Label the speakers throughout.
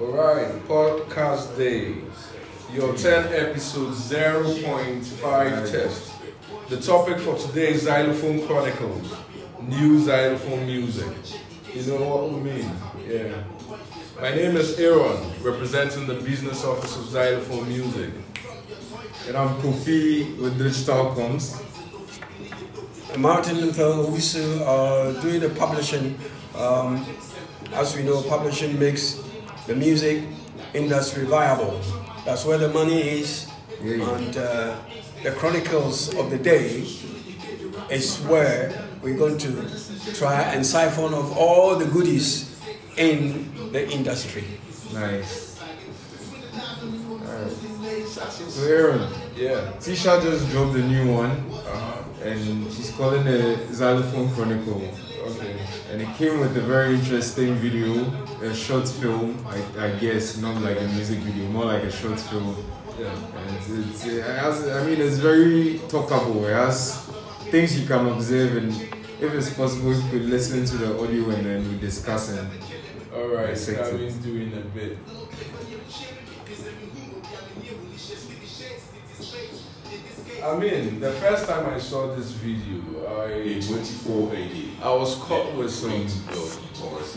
Speaker 1: All right, podcast day. Your 10 episode 0.5 test. The topic for today is Xylophone Chronicles, new xylophone music. You know what we mean? Yeah. My name is Aaron, representing the Business Office of Xylophone Music.
Speaker 2: And I'm Kofi with Digital Comms.
Speaker 3: Martin Luther Uwisu uh, doing the publishing. Um, as we know, publishing makes the music industry viable. That's where the money is. And uh, the Chronicles of the Day is where we're going to try and siphon off all the goodies in the industry.
Speaker 2: Nice. Alright. So Aaron,
Speaker 1: Yeah.
Speaker 2: Tisha just dropped the new one
Speaker 1: Uh-huh.
Speaker 2: and she's calling it Xylophone Chronicle.
Speaker 1: Okay.
Speaker 2: And it came with a very interesting video, a short film, I, I guess, not like a music video, more like a short film.
Speaker 1: Yeah.
Speaker 2: And it's, it's, it has, I mean, it's very talkable. It has things you can observe, and if it's possible, you could listen to the audio and then we discuss and
Speaker 1: All right.
Speaker 2: Dissect
Speaker 1: That
Speaker 2: it.
Speaker 1: means doing a bit. I mean, the first time I saw this video, I
Speaker 4: in 24 AD.
Speaker 1: I was caught with some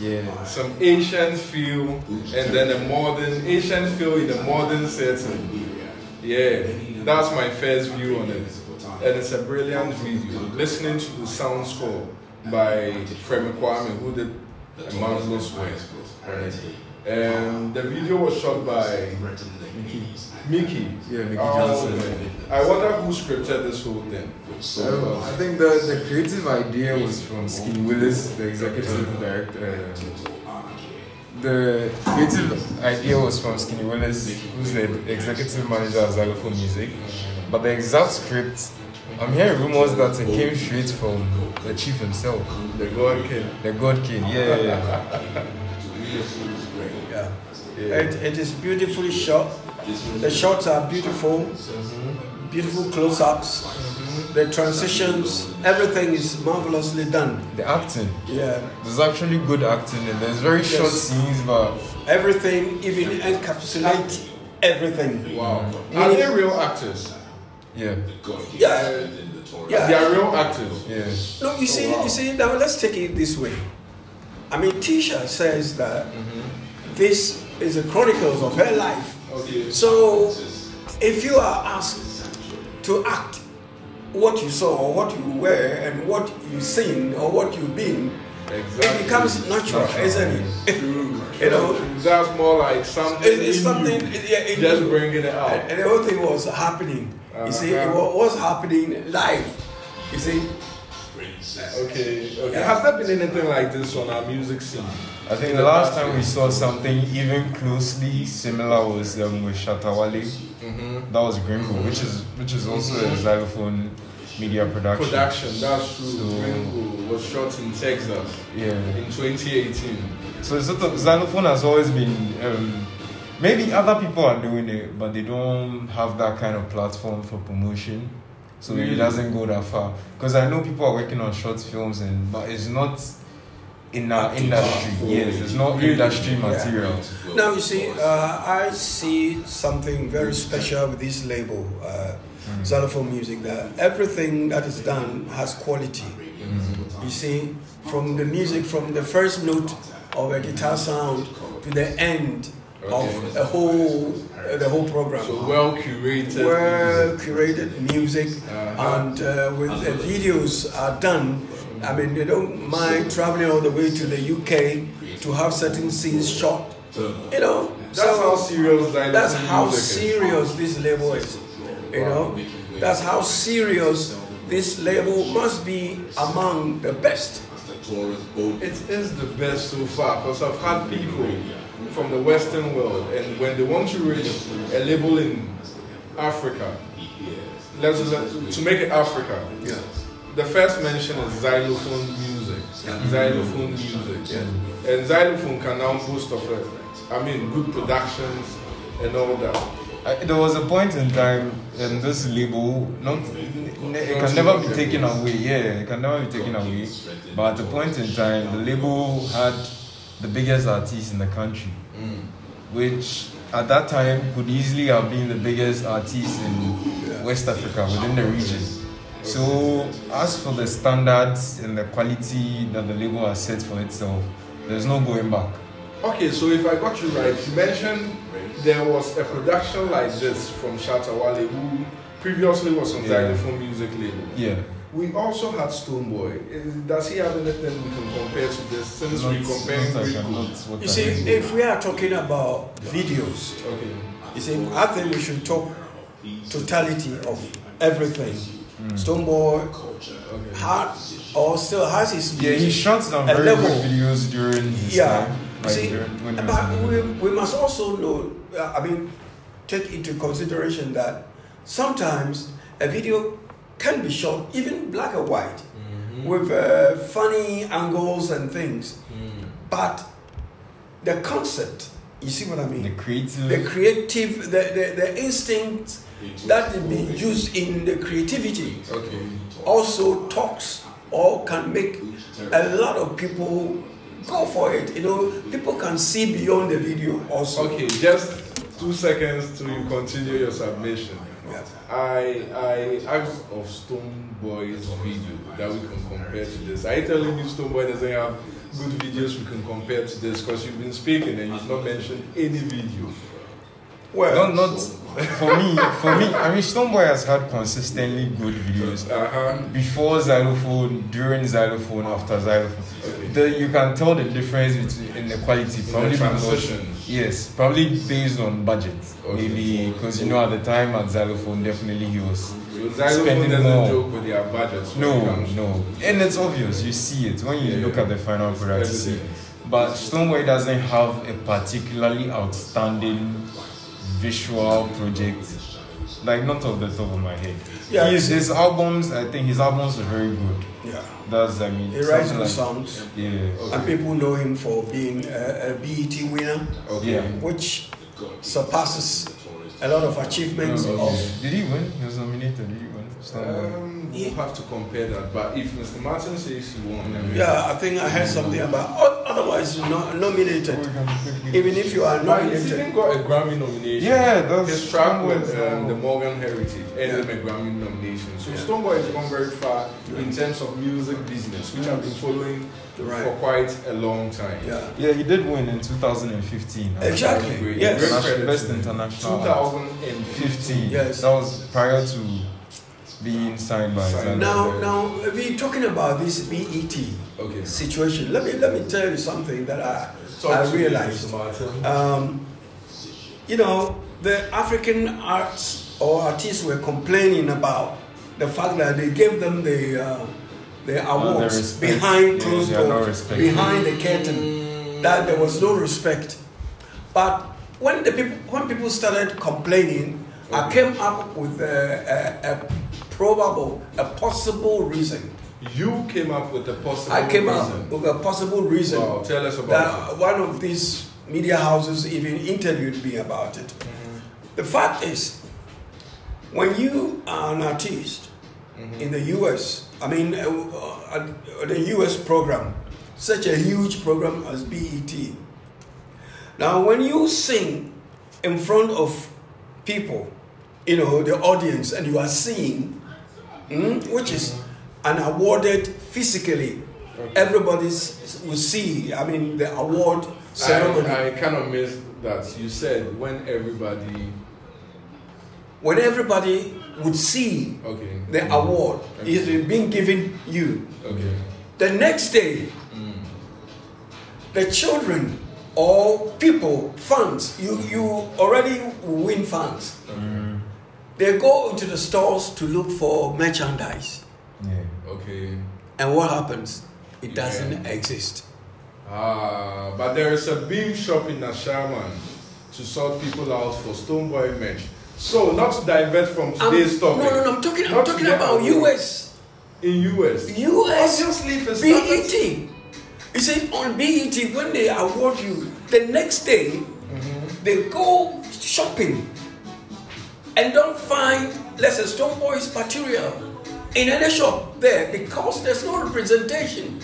Speaker 2: yeah.
Speaker 1: some ancient feel and then a modern ancient feel in a modern setting. Yeah, that's my first view on it. And it's a brilliant video. Listening to the sound score by Femi Kwame, who did a marvelous work. Right? And the video was shot by Mickey.
Speaker 2: Yeah, Mickey
Speaker 1: Oh,
Speaker 2: Johnson.
Speaker 1: man. I wonder who scripted this whole thing.
Speaker 2: So I think the, the creative idea was from Skinny Willis, the executive director. uh, the creative idea was from Skinny Willis, who's the executive manager of Xylophone Music. But the exact script, I'm hearing rumors that it came straight from the chief himself,
Speaker 1: The God King.
Speaker 2: the God King. Yeah, yeah, yeah.
Speaker 3: Yeah. It, it is beautifully shot. The shots are beautiful, beautiful close ups, the transitions, everything is marvelously done.
Speaker 2: The acting.
Speaker 3: Yeah.
Speaker 2: There's actually good acting and there's very short
Speaker 3: Yes.
Speaker 2: scenes, but
Speaker 3: Everything, even encapsulate everything.
Speaker 1: Wow. Are they real actors?
Speaker 2: yeah,
Speaker 3: Yeah.
Speaker 1: They
Speaker 3: Yeah.
Speaker 1: are real actors.
Speaker 2: yeah.
Speaker 3: No, you see, you see, now let's take it this way. I mean, Tisha says that this is the chronicles of her life.
Speaker 1: Okay.
Speaker 3: So, if you are asked to act what you saw, or what you were, and what you've seen, or what you've been,
Speaker 1: Exactly.
Speaker 3: it becomes natural,
Speaker 2: Natural.
Speaker 3: isn't it? you know,
Speaker 1: That's more like something.
Speaker 3: it, it's
Speaker 1: in
Speaker 3: something.
Speaker 1: you,
Speaker 3: yeah, it-
Speaker 1: just bringing it out.
Speaker 3: and, and the whole thing was happening. You see, it wa- was happening live. You see,
Speaker 1: Okay. Okay. Has there been anything like this on our music scene?
Speaker 2: I think the last time we saw something even closely similar was um, with Shatawale. That was Gringo, which is which is also a xylophone media production.
Speaker 1: Production. That's true.
Speaker 2: So-
Speaker 1: Ringo was shot in Texas in
Speaker 2: Yeah.
Speaker 1: 2018.
Speaker 2: So sort of xylophone has always been. Um, maybe other people are doing it, but they don't have that kind of platform for promotion. So maybe it
Speaker 1: Really?
Speaker 2: doesn't go that far. Because I know people are working on short films, and but it's not in our industry. Yes, it's not industry material.
Speaker 3: now you see, uh, I see something very special with this label, uh, Xylophone Music. That everything that is done has quality. You see, from the music, from the first note of a guitar sound to the end of a whole, uh, the whole program.
Speaker 1: So well curated.
Speaker 3: well curated music
Speaker 1: Uh-huh.
Speaker 3: and uh, when the videos are done i mean they don't mind traveling all the way to the uk to have certain scenes shot you know
Speaker 1: That's how serious that
Speaker 3: that's how serious this label is you know that's how serious this label must be among the best
Speaker 1: It is the best so far because I've had people from the Western world, and when they want to reach a label in Africa, let's, let to make it Africa,
Speaker 3: yeah
Speaker 1: the first mention is xylophone music. Xylophone music.
Speaker 3: Yeah.
Speaker 1: And xylophone can now boast of it. I mean, good productions and all that.
Speaker 2: I, there was a point in time, and this label, not, n- it can never be taken away. Yeah, it can never be taken away. But
Speaker 3: Mm.
Speaker 2: at the point in time, the label had the biggest artist in the country. which at that time could easily have been the biggest artist in West Africa within the region. So, as for the standards and the quality that the label has set for itself, there's no going back.
Speaker 1: Okay, so if I got you right, you mentioned there was a production like this from Shatawale, who previously was on
Speaker 2: Yeah.
Speaker 1: Xylophone Music Label.
Speaker 2: Yeah,
Speaker 1: We also had Stone Boy. Is- Does he have anything we can compare to this since
Speaker 2: not,
Speaker 1: we comparing
Speaker 2: not, as
Speaker 1: Greek
Speaker 2: I'm
Speaker 1: Gold?
Speaker 2: not what
Speaker 3: You
Speaker 2: I
Speaker 3: see,
Speaker 2: mean.
Speaker 3: if we are talking about videos,
Speaker 1: Okay.
Speaker 3: you see, I think we should talk totality of everything.
Speaker 1: Mm.
Speaker 3: Stone Stoneboy had or still has his
Speaker 2: yeah, he
Speaker 3: music.
Speaker 2: shot some
Speaker 3: a
Speaker 2: very
Speaker 3: level.
Speaker 2: good videos during his
Speaker 3: Yeah.
Speaker 2: time.
Speaker 3: You
Speaker 2: Like
Speaker 3: see,
Speaker 2: during, when he was
Speaker 3: but
Speaker 2: in-
Speaker 3: we, we must also know, uh, I mean, take into consideration that sometimes a video can be shot, even black and white,
Speaker 2: Mm-hmm.
Speaker 3: with uh, funny angles and things.
Speaker 2: Mm.
Speaker 3: But the concept, you see what I mean?
Speaker 2: the creative.
Speaker 3: the creative, the, the, the instinct that is being used in the creativity
Speaker 1: Okay.
Speaker 3: also talks or can make a lot of people go for it. You know, people can see beyond the video also.
Speaker 1: Okay, just two seconds till you continue your submission.
Speaker 3: Yeah.
Speaker 1: I I asked of Stone Boy's video that we can compare to this. Are you telling me Stone Boy doesn't have good videos we can compare to this? Because you've been speaking and you've not mentioned any video.
Speaker 3: Well,
Speaker 2: not, not for me. For me, I mean, Stone Boy has had consistently good videos
Speaker 1: Uh huh.
Speaker 2: before xylophone, during xylophone, after xylophone.
Speaker 1: Okay.
Speaker 2: The, you can tell the difference between in the quality, probably because
Speaker 1: transition.
Speaker 2: yes, probably based on budget,
Speaker 1: Okay.
Speaker 2: maybe because you know at the time at xylophone, definitely he was.
Speaker 1: So Xylophone
Speaker 2: Spending
Speaker 1: doesn't
Speaker 2: more.
Speaker 1: joke with their budgets. when it
Speaker 2: No,
Speaker 1: comes to-
Speaker 2: no, and it's obvious. You see it when you
Speaker 1: Yeah.
Speaker 2: look at the final product. You see, it.
Speaker 1: Everything.
Speaker 2: but Stoneway doesn't have a particularly outstanding visual project. Like not off the top of my head.
Speaker 3: Yeah.
Speaker 2: His, his albums, I think his albums are very good.
Speaker 3: yeah,
Speaker 2: That's I mean.
Speaker 3: he writes
Speaker 2: something
Speaker 3: good
Speaker 2: like-
Speaker 3: songs,
Speaker 2: Yeah.
Speaker 3: and people know him for being a, a BET winner,
Speaker 1: Okay.
Speaker 2: Yeah.
Speaker 3: which surpasses a lot of achievements
Speaker 1: Oh,
Speaker 3: of.
Speaker 2: Did he win? He was nominated. Did he win?
Speaker 3: Uh,
Speaker 2: Stoneway.
Speaker 1: Um, we'll have to compare that. But if Mr. Martin says he won, I mean,
Speaker 3: Yeah, I think I heard something about. o- Otherwise, you're not nominated. Even if you are
Speaker 1: But he's
Speaker 3: nominated,
Speaker 1: even got a Grammy nomination.
Speaker 2: yeah, that's
Speaker 1: His track
Speaker 2: Stoneway's
Speaker 1: with um,
Speaker 2: album.
Speaker 1: the Morgan Heritage earned him a Grammy nomination. So Stone Boy has gone very far in terms of music business, which I've been following
Speaker 3: Right.
Speaker 1: for quite a long time.
Speaker 3: yeah,
Speaker 2: Yeah, he did win in 2015.
Speaker 3: exactly.
Speaker 1: Great.
Speaker 3: Yes,
Speaker 1: Great.
Speaker 2: National- Best international. artist.
Speaker 1: 2015.
Speaker 2: 15.
Speaker 3: Yes.
Speaker 2: That was prior to being signed by
Speaker 1: Signed.
Speaker 3: Now,
Speaker 2: Zidane.
Speaker 3: now we're talking about this BET
Speaker 1: Okay.
Speaker 3: situation. Let me let me tell you something that I
Speaker 1: Talk
Speaker 3: I
Speaker 1: to me,
Speaker 3: realized.
Speaker 1: Mr. Martin.
Speaker 3: Um, you know, the African arts or artists were complaining about the fact that they gave them the uh, the awards
Speaker 2: respect.
Speaker 3: behind
Speaker 2: Yes,
Speaker 3: closed
Speaker 2: they are not
Speaker 3: doors,
Speaker 2: respected.
Speaker 3: behind the curtain, that there was no respect. But when the people when people started complaining, I came up with a, a, a probable, a possible reason.
Speaker 1: You came up with a possible
Speaker 3: I came
Speaker 1: reason.
Speaker 3: up with a possible reason
Speaker 1: Wow, tell us about
Speaker 3: that one of these media houses even interviewed me about it. The fact is, when you are an artist in the US, I mean, uh, uh, uh, the US program, such a huge program as BET. Now, when you sing in front of people, you know, the audience, and you are singing, mm, which is an awarded physically, everybody s- will see, I mean, the award ceremony.
Speaker 1: I, I kind of missed that. You said when everybody.
Speaker 3: when everybody would see
Speaker 1: Okay.
Speaker 3: the award is being given you.
Speaker 1: Okay.
Speaker 3: The next day, the children or people, fans, you, you already win fans. They go into the stores to look for merchandise.
Speaker 2: Yeah.
Speaker 1: Okay.
Speaker 3: And what happens? It
Speaker 1: Yeah.
Speaker 3: doesn't exist.
Speaker 1: Ah, but there is a beam shop in Ashaman to sort people out for Stone Boy merch. So not to divert from
Speaker 3: I'm-
Speaker 1: today's
Speaker 3: no,
Speaker 1: topic.
Speaker 3: no, no, I'm talking, I'm
Speaker 1: Not to
Speaker 3: talking
Speaker 1: get
Speaker 3: about
Speaker 1: away-
Speaker 3: US.
Speaker 1: In US.
Speaker 3: US.
Speaker 1: Obviously, if it's
Speaker 3: BET. E You see, on BET, when they award you, the next day they go shopping and don't find, let's say, Stone Boy's material in any shop there because there's no representation.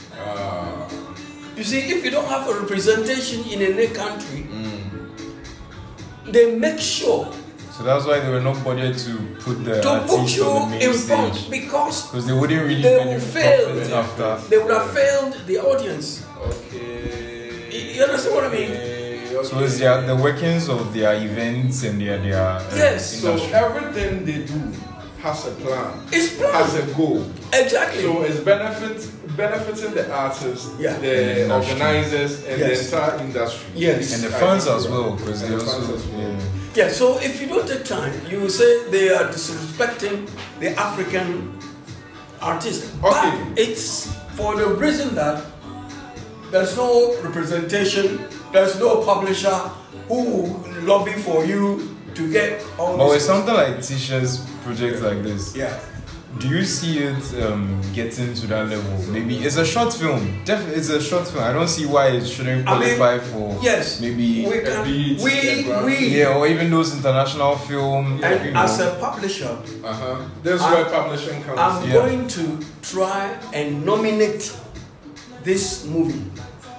Speaker 3: You see, if you don't have a representation in any country, they make sure
Speaker 2: So that's why they were not bothered to put the
Speaker 3: to put
Speaker 2: artist
Speaker 3: you
Speaker 2: on the main
Speaker 3: in front
Speaker 2: stage
Speaker 3: because
Speaker 2: because they wouldn't really
Speaker 3: They will
Speaker 2: benefit
Speaker 3: fail.
Speaker 2: from it after.
Speaker 3: they would have failed the audience.
Speaker 1: Okay.
Speaker 3: You- you understand what I mean?
Speaker 1: Okay, okay.
Speaker 2: So it's their, the workings of their events and their their uh,
Speaker 3: Yes.
Speaker 1: So
Speaker 2: industry.
Speaker 1: everything they do has a plan,
Speaker 3: It's
Speaker 1: has
Speaker 3: planned.
Speaker 1: a goal.
Speaker 3: Exactly.
Speaker 1: So it's benefit benefiting the artists,
Speaker 3: Yeah.
Speaker 1: the
Speaker 2: Industry.
Speaker 1: organizers, and
Speaker 3: Yes.
Speaker 1: the entire industry.
Speaker 3: Yes.
Speaker 2: and the
Speaker 1: I
Speaker 2: fans
Speaker 1: think
Speaker 2: as
Speaker 1: you
Speaker 2: well
Speaker 1: are.
Speaker 2: because
Speaker 1: And
Speaker 2: they
Speaker 1: the fans
Speaker 2: also
Speaker 1: as well.
Speaker 2: yeah.
Speaker 3: Yeah, so if you don't take time, you will say they are disrespecting the African artist.
Speaker 1: Okay.
Speaker 3: But it's for the reason that there's no representation, there's no publisher who will lobby for you to get all
Speaker 2: But with
Speaker 3: this.
Speaker 2: something like Tisha's project like this,
Speaker 3: Yeah.
Speaker 2: do you see it um, getting to that level? Maybe it's a short film. Def- it's a short film. I don't see why it shouldn't
Speaker 3: I mean,
Speaker 2: qualify for
Speaker 3: Yes.
Speaker 2: maybe
Speaker 3: we can,
Speaker 1: beat,
Speaker 3: we,
Speaker 1: yeah,
Speaker 3: we
Speaker 2: yeah or even those international film. you
Speaker 3: and
Speaker 2: know.
Speaker 3: as a publisher,
Speaker 1: Uh-huh. That's
Speaker 3: I'm-
Speaker 1: where publishing comes.
Speaker 3: I'm
Speaker 2: Yeah.
Speaker 3: going to try and nominate this movie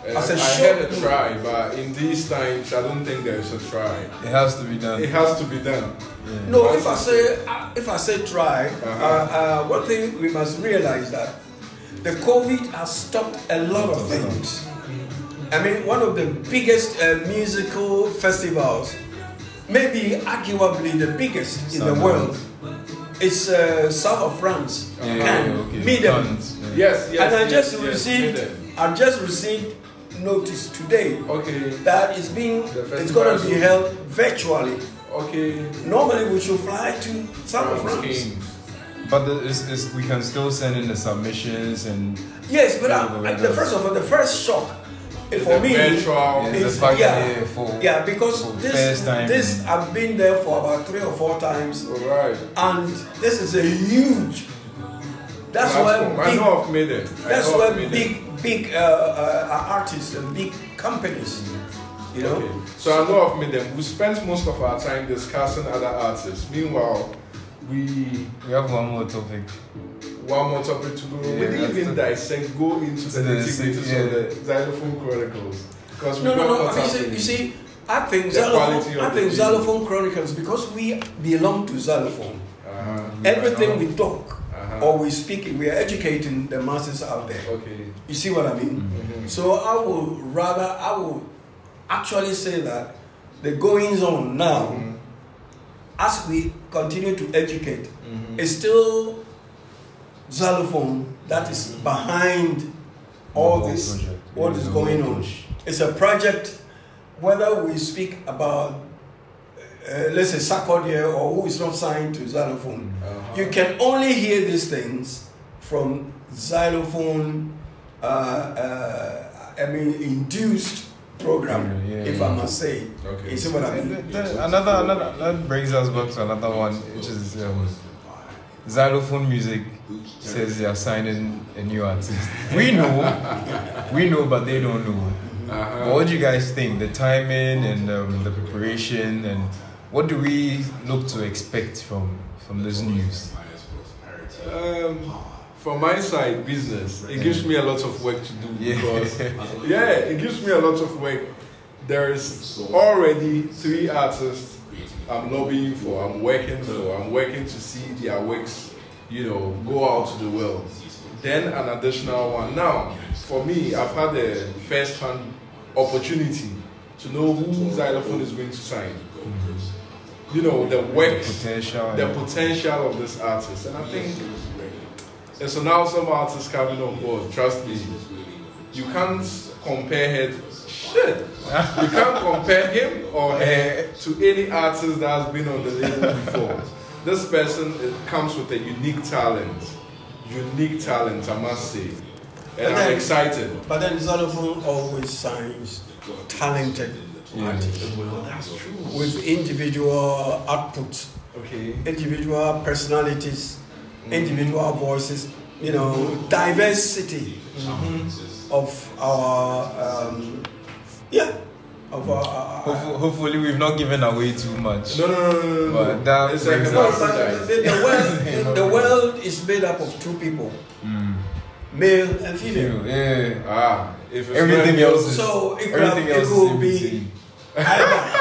Speaker 1: in. Uh,
Speaker 3: as a
Speaker 1: I
Speaker 3: short
Speaker 1: had a
Speaker 3: movie.
Speaker 1: try, but in these times, I don't think there is a try.
Speaker 2: it has to be done.
Speaker 1: It has to be done.
Speaker 3: No, if I say if I say try, uh,
Speaker 1: Uh-huh.
Speaker 3: uh, one thing we must realize that the COVID has stopped a lot of things. I mean, one of the biggest uh, musical festivals, maybe arguably the biggest in
Speaker 2: South
Speaker 3: the world, is uh, south of France
Speaker 2: Yeah,
Speaker 3: and
Speaker 2: yeah, okay.
Speaker 3: Midem.
Speaker 2: Done. Yeah.
Speaker 1: Yes, Oh, yes.
Speaker 3: and I
Speaker 1: yes,
Speaker 3: just
Speaker 1: yes,
Speaker 3: received,
Speaker 1: Midem.
Speaker 3: I just received notice today
Speaker 1: Okay,
Speaker 3: that it's being,
Speaker 1: The
Speaker 3: it's going to
Speaker 1: festival
Speaker 3: be
Speaker 1: is-
Speaker 3: held virtually.
Speaker 1: okay.
Speaker 3: Normally, we should fly to south of
Speaker 1: Round
Speaker 3: France.
Speaker 1: Kings.
Speaker 2: But the, it's, it's, we can still send in the submissions and
Speaker 3: Yes, but
Speaker 2: Yeah,
Speaker 3: uh,
Speaker 2: but
Speaker 3: the first of all, the first shock eh,
Speaker 1: The
Speaker 3: for me.
Speaker 1: virtual-
Speaker 2: yeah, the
Speaker 3: It's-
Speaker 2: fact
Speaker 3: yeah,
Speaker 2: that, yeah, for
Speaker 3: Yeah, because
Speaker 2: for
Speaker 3: this
Speaker 2: first time.
Speaker 3: this I've been there for about three or four times,
Speaker 1: All right.
Speaker 3: and this is a huge. That's
Speaker 1: Platform.
Speaker 3: why
Speaker 1: I
Speaker 3: big.
Speaker 1: know I've made it. I
Speaker 3: That's
Speaker 1: know
Speaker 3: why
Speaker 1: I've made it.
Speaker 3: big big uh, uh, uh, artists and big companies, you know.
Speaker 1: Okay. So I know I've made them. We spent most of our time discussing other artists. Meanwhile, we
Speaker 2: we have one more topic.
Speaker 1: one more topic to go.
Speaker 2: Yeah,
Speaker 1: we didn't
Speaker 2: that's
Speaker 1: even
Speaker 2: the-
Speaker 1: dissect, go into the
Speaker 2: the
Speaker 1: nitty-gritties
Speaker 2: same-
Speaker 1: of
Speaker 2: yeah.
Speaker 1: the Xylophone Chronicles. Because we
Speaker 3: No, no,
Speaker 1: got
Speaker 3: no.
Speaker 1: caught
Speaker 3: I mean,
Speaker 1: up
Speaker 3: see-
Speaker 1: in-
Speaker 3: you see, I think
Speaker 1: The
Speaker 3: Xylophone,
Speaker 1: quality of
Speaker 3: I
Speaker 1: the
Speaker 3: think
Speaker 1: music.
Speaker 3: Xylophone Chronicles because we belong to Xylophone.
Speaker 1: Uh-huh.
Speaker 3: Everything we Oh. talk
Speaker 1: Uh-huh.
Speaker 3: or we speak, we are educating the masses out there.
Speaker 1: Okay.
Speaker 3: You see what I mean?
Speaker 1: Mhm.
Speaker 3: So I would rather, I would actually say that the goings on now,
Speaker 1: Mm.
Speaker 3: as we continue to educate,
Speaker 2: Mm-hmm.
Speaker 3: is still xylophone that is behind all
Speaker 2: whole
Speaker 3: this,
Speaker 2: project.
Speaker 3: what
Speaker 2: Yeah,
Speaker 3: is
Speaker 2: the whole
Speaker 3: going on.
Speaker 2: push.
Speaker 3: It's a project, whether we speak about, uh, let's say, Sarkodie or who is not signed to xylophone.
Speaker 1: Uh-huh.
Speaker 3: You can only hear these things from xylophone, uh, uh, I mean, induced program,
Speaker 2: Yeah, yeah,
Speaker 3: if I
Speaker 2: yeah.
Speaker 3: must say.
Speaker 1: Okay.
Speaker 3: You see what I
Speaker 2: And
Speaker 3: mean?
Speaker 2: th- th- another another that brings us back to another one, which is um, xylophone music says they are signing a new artist. We know, we know, but they don't know. But
Speaker 1: Uh-huh.
Speaker 2: what do you guys think? The timing and um, the preparation, and what do we look to expect from from this news?
Speaker 1: Um, from my side, business. It gives me a lot of work to do
Speaker 2: Yeah.
Speaker 1: because yeah, it gives me a lot of work. There is already three artists I'm lobbying for, I'm working for, I'm working to see their works, you know, go out to the world. Then an additional one. Now, for me, I've had the first hand opportunity to know who Xylophone is going to sign. You know, the works
Speaker 2: Potential.
Speaker 1: the
Speaker 2: and-
Speaker 1: potential of this artist. And I think it's an awesome artist coming on board, trust me. You can't compare her shit. You can't compare him or her to any artist that has been on the label before. This person it comes with a unique talent. Unique talent, I must say. And I'm excited.
Speaker 3: But then xylophone always signs talented artists
Speaker 1: Well, that's true.
Speaker 3: with individual outputs,
Speaker 1: Okay.
Speaker 3: individual personalities, individual voices, you know, diversity of our, um, yeah, of our.
Speaker 2: Hopefully, hopefully, we've not given away too much.
Speaker 1: No, no, no, no, no.
Speaker 2: But that
Speaker 1: it's like
Speaker 2: brings
Speaker 1: an
Speaker 3: No,
Speaker 2: us-
Speaker 3: but
Speaker 1: artist.
Speaker 3: the, the world, the world is made up of two people, male and female.
Speaker 2: Yeah.
Speaker 1: Ah, if it's
Speaker 2: eh, Everything
Speaker 1: not-
Speaker 2: else is
Speaker 3: So it could,
Speaker 2: everything
Speaker 3: it
Speaker 2: else
Speaker 3: could
Speaker 2: is in
Speaker 3: be
Speaker 2: between.
Speaker 3: either.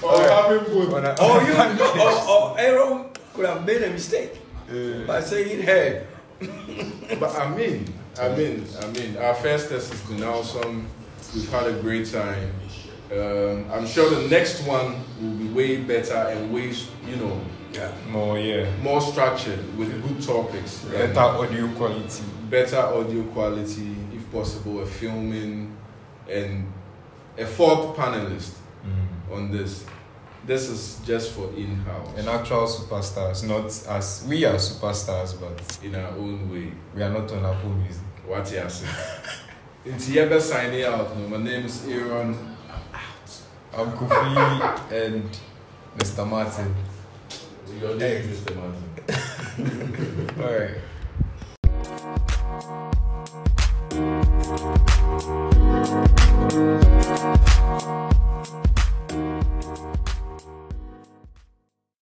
Speaker 1: Oh, having both.
Speaker 2: On a-
Speaker 3: Or Oh, you, or, or Aaron could have made a mistake by saying, "Hey,
Speaker 1: But I mean, I mean, I mean, our first test has been awesome. We've had a great time. Um, I'm sure the next one will be way better and way, you know,
Speaker 3: yeah,
Speaker 2: More, yeah.
Speaker 1: more structured with good topics, and
Speaker 2: Better audio quality.
Speaker 1: better audio quality, if possible, a filming, and a fourth panelist
Speaker 3: Mm.
Speaker 1: on this. This is just for in-house,
Speaker 2: And actual superstars, not as we are superstars, but
Speaker 1: in our own way.
Speaker 2: we are not on Apple Music.
Speaker 1: What you say? It's Yebe signing out. no? My name is Aaron.
Speaker 2: I'm Kofi and Mr. Martin.
Speaker 1: Your name is Mr. Martin.
Speaker 2: Alright.